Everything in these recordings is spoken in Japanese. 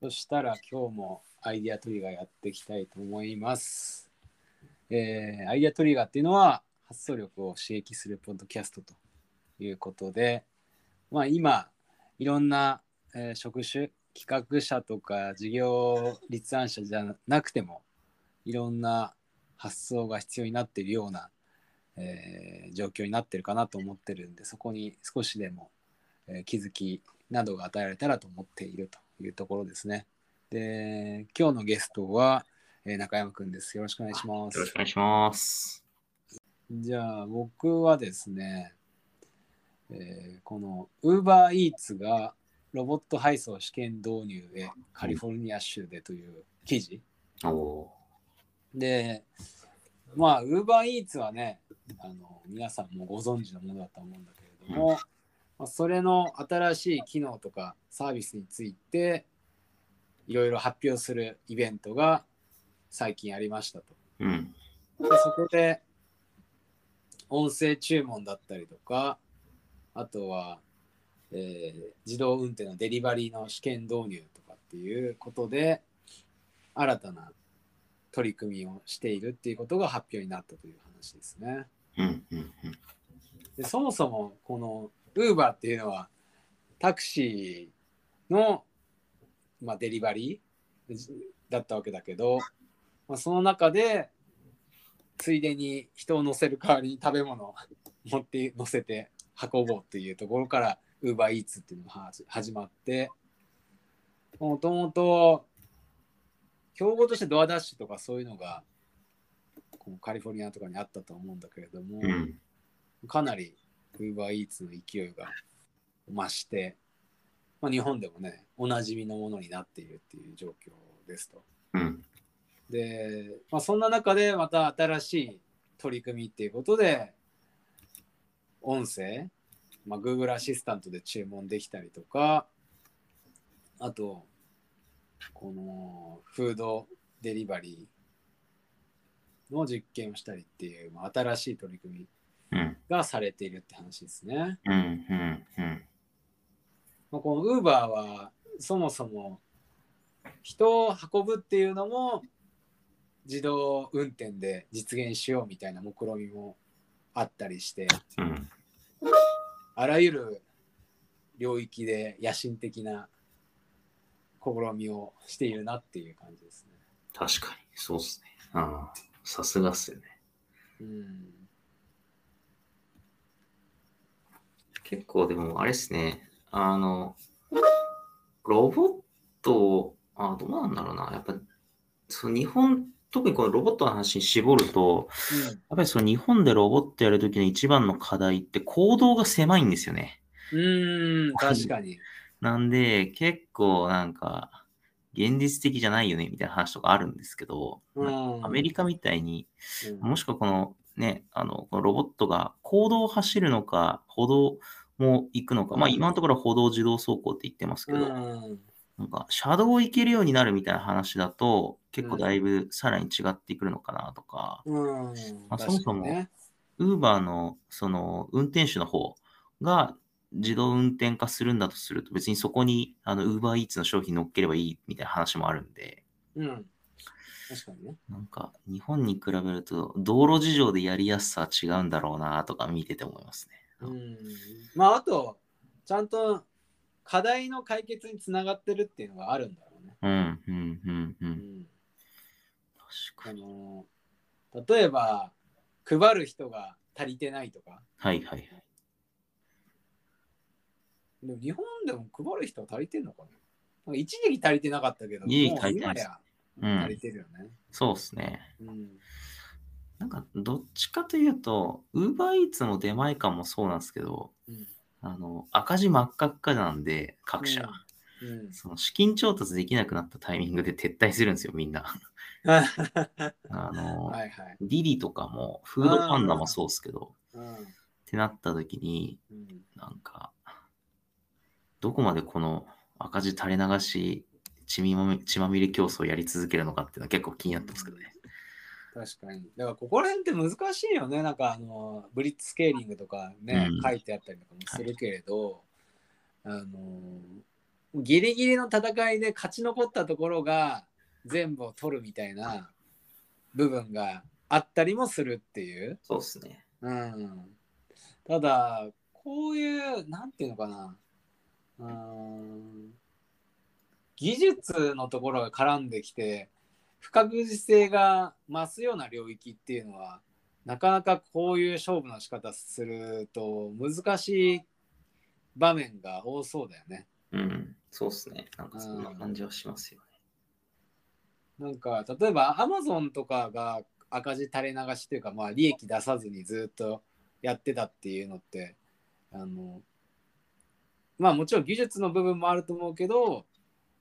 そしたら今日もアイデアトリガーやっていきたいと思います。えーアイデアトリガーっていうのは発想力を刺激するポッドキャストということで、まあ、今いろんな、えー職種企画者とか事業立案者じゃなくてもいろんな発想が必要になっているような、えー状況になってるかなと思ってるんでそこに少しでも、えー気づきなどが与えられたらと思っているというところですね。で今日のゲストは、えー中山くんです。よろしくお願いします。よろしくお願いします。じゃあ僕はですね、えーこの UberEats がロボット配送試験導入へカリフォルニア州でという記事、おおでまあ UberEats はねあの皆さんもご存知のものだと思うんだけれども、まあ、それの新しい機能とかサービスについていろいろ発表するイベントが最近ありましたと。ー。うん。でそこで音声注文だったりとかあとは、えー自動運転のデリバリーの試験導入とかっていうことで新たな取り組みをしているっていうことが発表になったという話ですね。うん。うん。でそもそもこの Uber っていうのはタクシーの、まあ、デリバリーじだったわけだけど、まあ、その中でついでに人を乗せる代わりに食べ物を 持って乗せて運ぼうっていうところから UberEats っていうのがはじ始まってもともと競合としてドアダッシュとかそういうのがこのカリフォルニアとかにあったと思うんだけれども、うん。うん。かなり UberEats の勢いが増して、まあ、日本でもね、おなじみのものになっているっていう状況ですと。うん。で、まあ、そんな中でまた新しい取り組みっていうことで、音声、まあ、Google アシスタントで注文できたりとか、あと、このフードデリバリーの実験をしたりっていう、まあ、新しい取り組みうん。がされているって話ですね。うん。うん。まあ、この Uber はそもそも人を運ぶっていうのも自動運転で実現しようみたいな目論みもあったりしてうん。あらゆる領域で野心的な試みをしているなっていう感じですね。確かに。そうっすね。ああ。さすがっすよね。うん、結構でも、あれっすね。あの、ロボットを、あどうなんだろうな。やっぱ、そう日本、特にこのロボットの話に絞ると、やっぱりその日本でロボットやるときの一番の課題って行動が狭いんですよね。うん、うん確かに。なんで、結構なんか、現実的じゃないよねみたいな話とかあるんですけど、うん、アメリカみたいに、うんもしくはこのね、あの、このロボットが行動を走るのか、歩道も行くのか、まあうん今のところ歩道自動走行って言ってますけうど、んなんか車道を行けるようになるみたいな話だと、結構だいぶさらに違ってくるのかなとか、うんまあ確かにねウーバーのその運転手の方が自動運転化するんだとすると、別にそこにあの Uber Eats の商品乗っければいいみたいな話もあるんで、うん。確かにね。なんか日本に比べると道路事情でやりやすさは違うんだろうなとか見てて思いますね。うん。まあ、あと、ちゃんと課題の解決につながってるっていうのがあるんだろうね。うん、うん、うん、う。うんん。確かあに。のー例えば、配る人が足りてないとか。はいはいはい。でも日本でも配る人は足りてんのかななんか一時期足りてなかったけど、一時期もう足りてな今いですやうん足りてるよね。そうですね。うん。なんかどっちかというと、Uber Eats の出前感もそうなんですけど、うんあの赤字真っ赤っかなんで、各社。うん。 うんその資金調達できなくなったタイミングで撤退するんですよ、みんな。 あの、はいはい。ディリとかも、フードパンダもそうですけど、うん。ってなった時に、うんなんか、どこまでこの赤字垂れ流し、血みまみ血まみれ競争をやり続けるのかっていうのは結構気になってますけどね。確かに。だからここら辺って難しいよね。なんかあのブリッツスケーリングとかね、うん書いてあったりとかもするけれど、あのギリギリの戦いで勝ち残ったところが全部を取るみたいな部分があったりもするっていう。そうですね。うん、ただこういうなんていうのかなうん技術のところが絡んできて不確実性が増すような領域っていうのはなかなかこういう勝負の仕方すると難しい場面が多そうだよね。うん。そうですね。なんかそんな感じはしますよね。なんか例えばアマゾンとかが赤字垂れ流しというか、まあ、利益出さずにずっとやってたっていうのってあのまあもちろん技術の部分もあると思うけど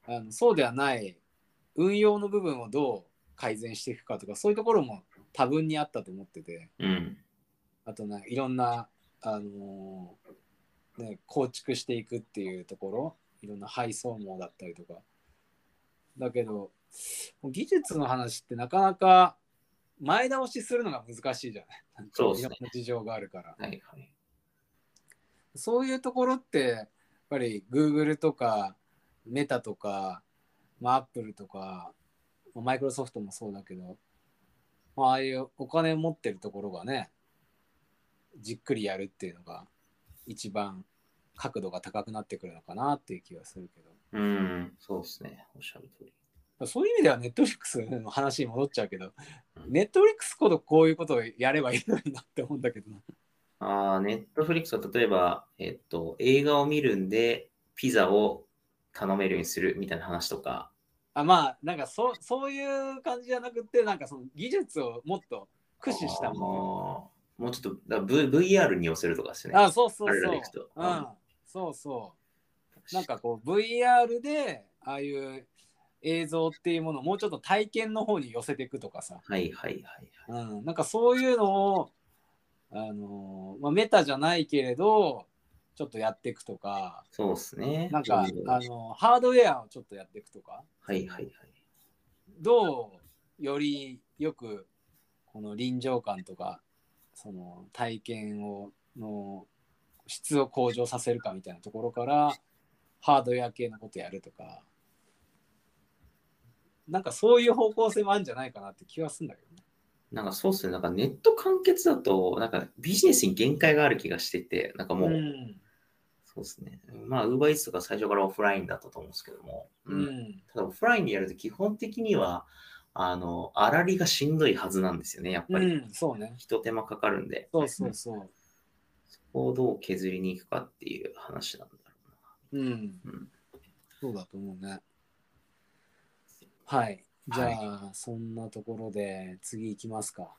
あのそうではない運用の部分をどう改善していくかとかそういうところも多分にあったと思っててうん。あとなんかいろんな、あのーね、構築していくっていうところいろんな配送網だったりとかだけど技術の話ってなかなか前倒しするのが難しいじゃないなんかそうですねいろんな事情があるからはいはい。そういうところってやっぱり Google とかメタとか、まあ、Apple とかマイクロソフトもそうだけど、まあああいうお金持ってるところがねじっくりやるっていうのが一番角度が高くなってくるのかなっていう気がするけどうん。そうですね。おっしゃる通り。そういう意味では Netflix の話に戻っちゃうけどうん Netflix ほどこういうことをやればいいのになって思うんだけどなああ、ネットフリックスは例えば、えっと、映画を見るんで、ピザを頼めるようにするみたいな話とか、あまあなんかそうそういう感じじゃなくてなんかその技術をもっと駆使したももの。もうちょっとだ v、VR に寄せるとかですね。のあそうそうあれそらう、でいくとうん、そうそうなんかこう VR でああいう映像っていうものをもうちょっと体験の方に寄せていくとかさ、はいはいはいはい。うん、なんかそういうのをあのーまあ、メタじゃないけれどちょっとやっていくとかそうですね。なんか、あちょうどのーハードウェアをちょっとやっていくとかはいはいはい。どうよりよくこの臨場感とかその体験をの質を向上させるかみたいなところからハードウェア系のことやるとかなんかそういう方向性もあるんじゃないかなって気はするんだけどね。なんかそうですね。なんかネット完結だと、なんかビジネスに限界がある気がしてて、なんかもう、うんそうですね。まあ、Uber Eats とか最初からオフラインだったと思うんですけども、ううんんただオフラインでやると基本的には、あの、あらりがしんどいはずなんですよね、やっうぱり。ん、そうね。ひと手間かかるんで、そうそうそう。そこをどう削りに行くかっていう話なんだろうな。うんうん。そうだと思うね。はい。じゃあ、そんなところで次行きますか。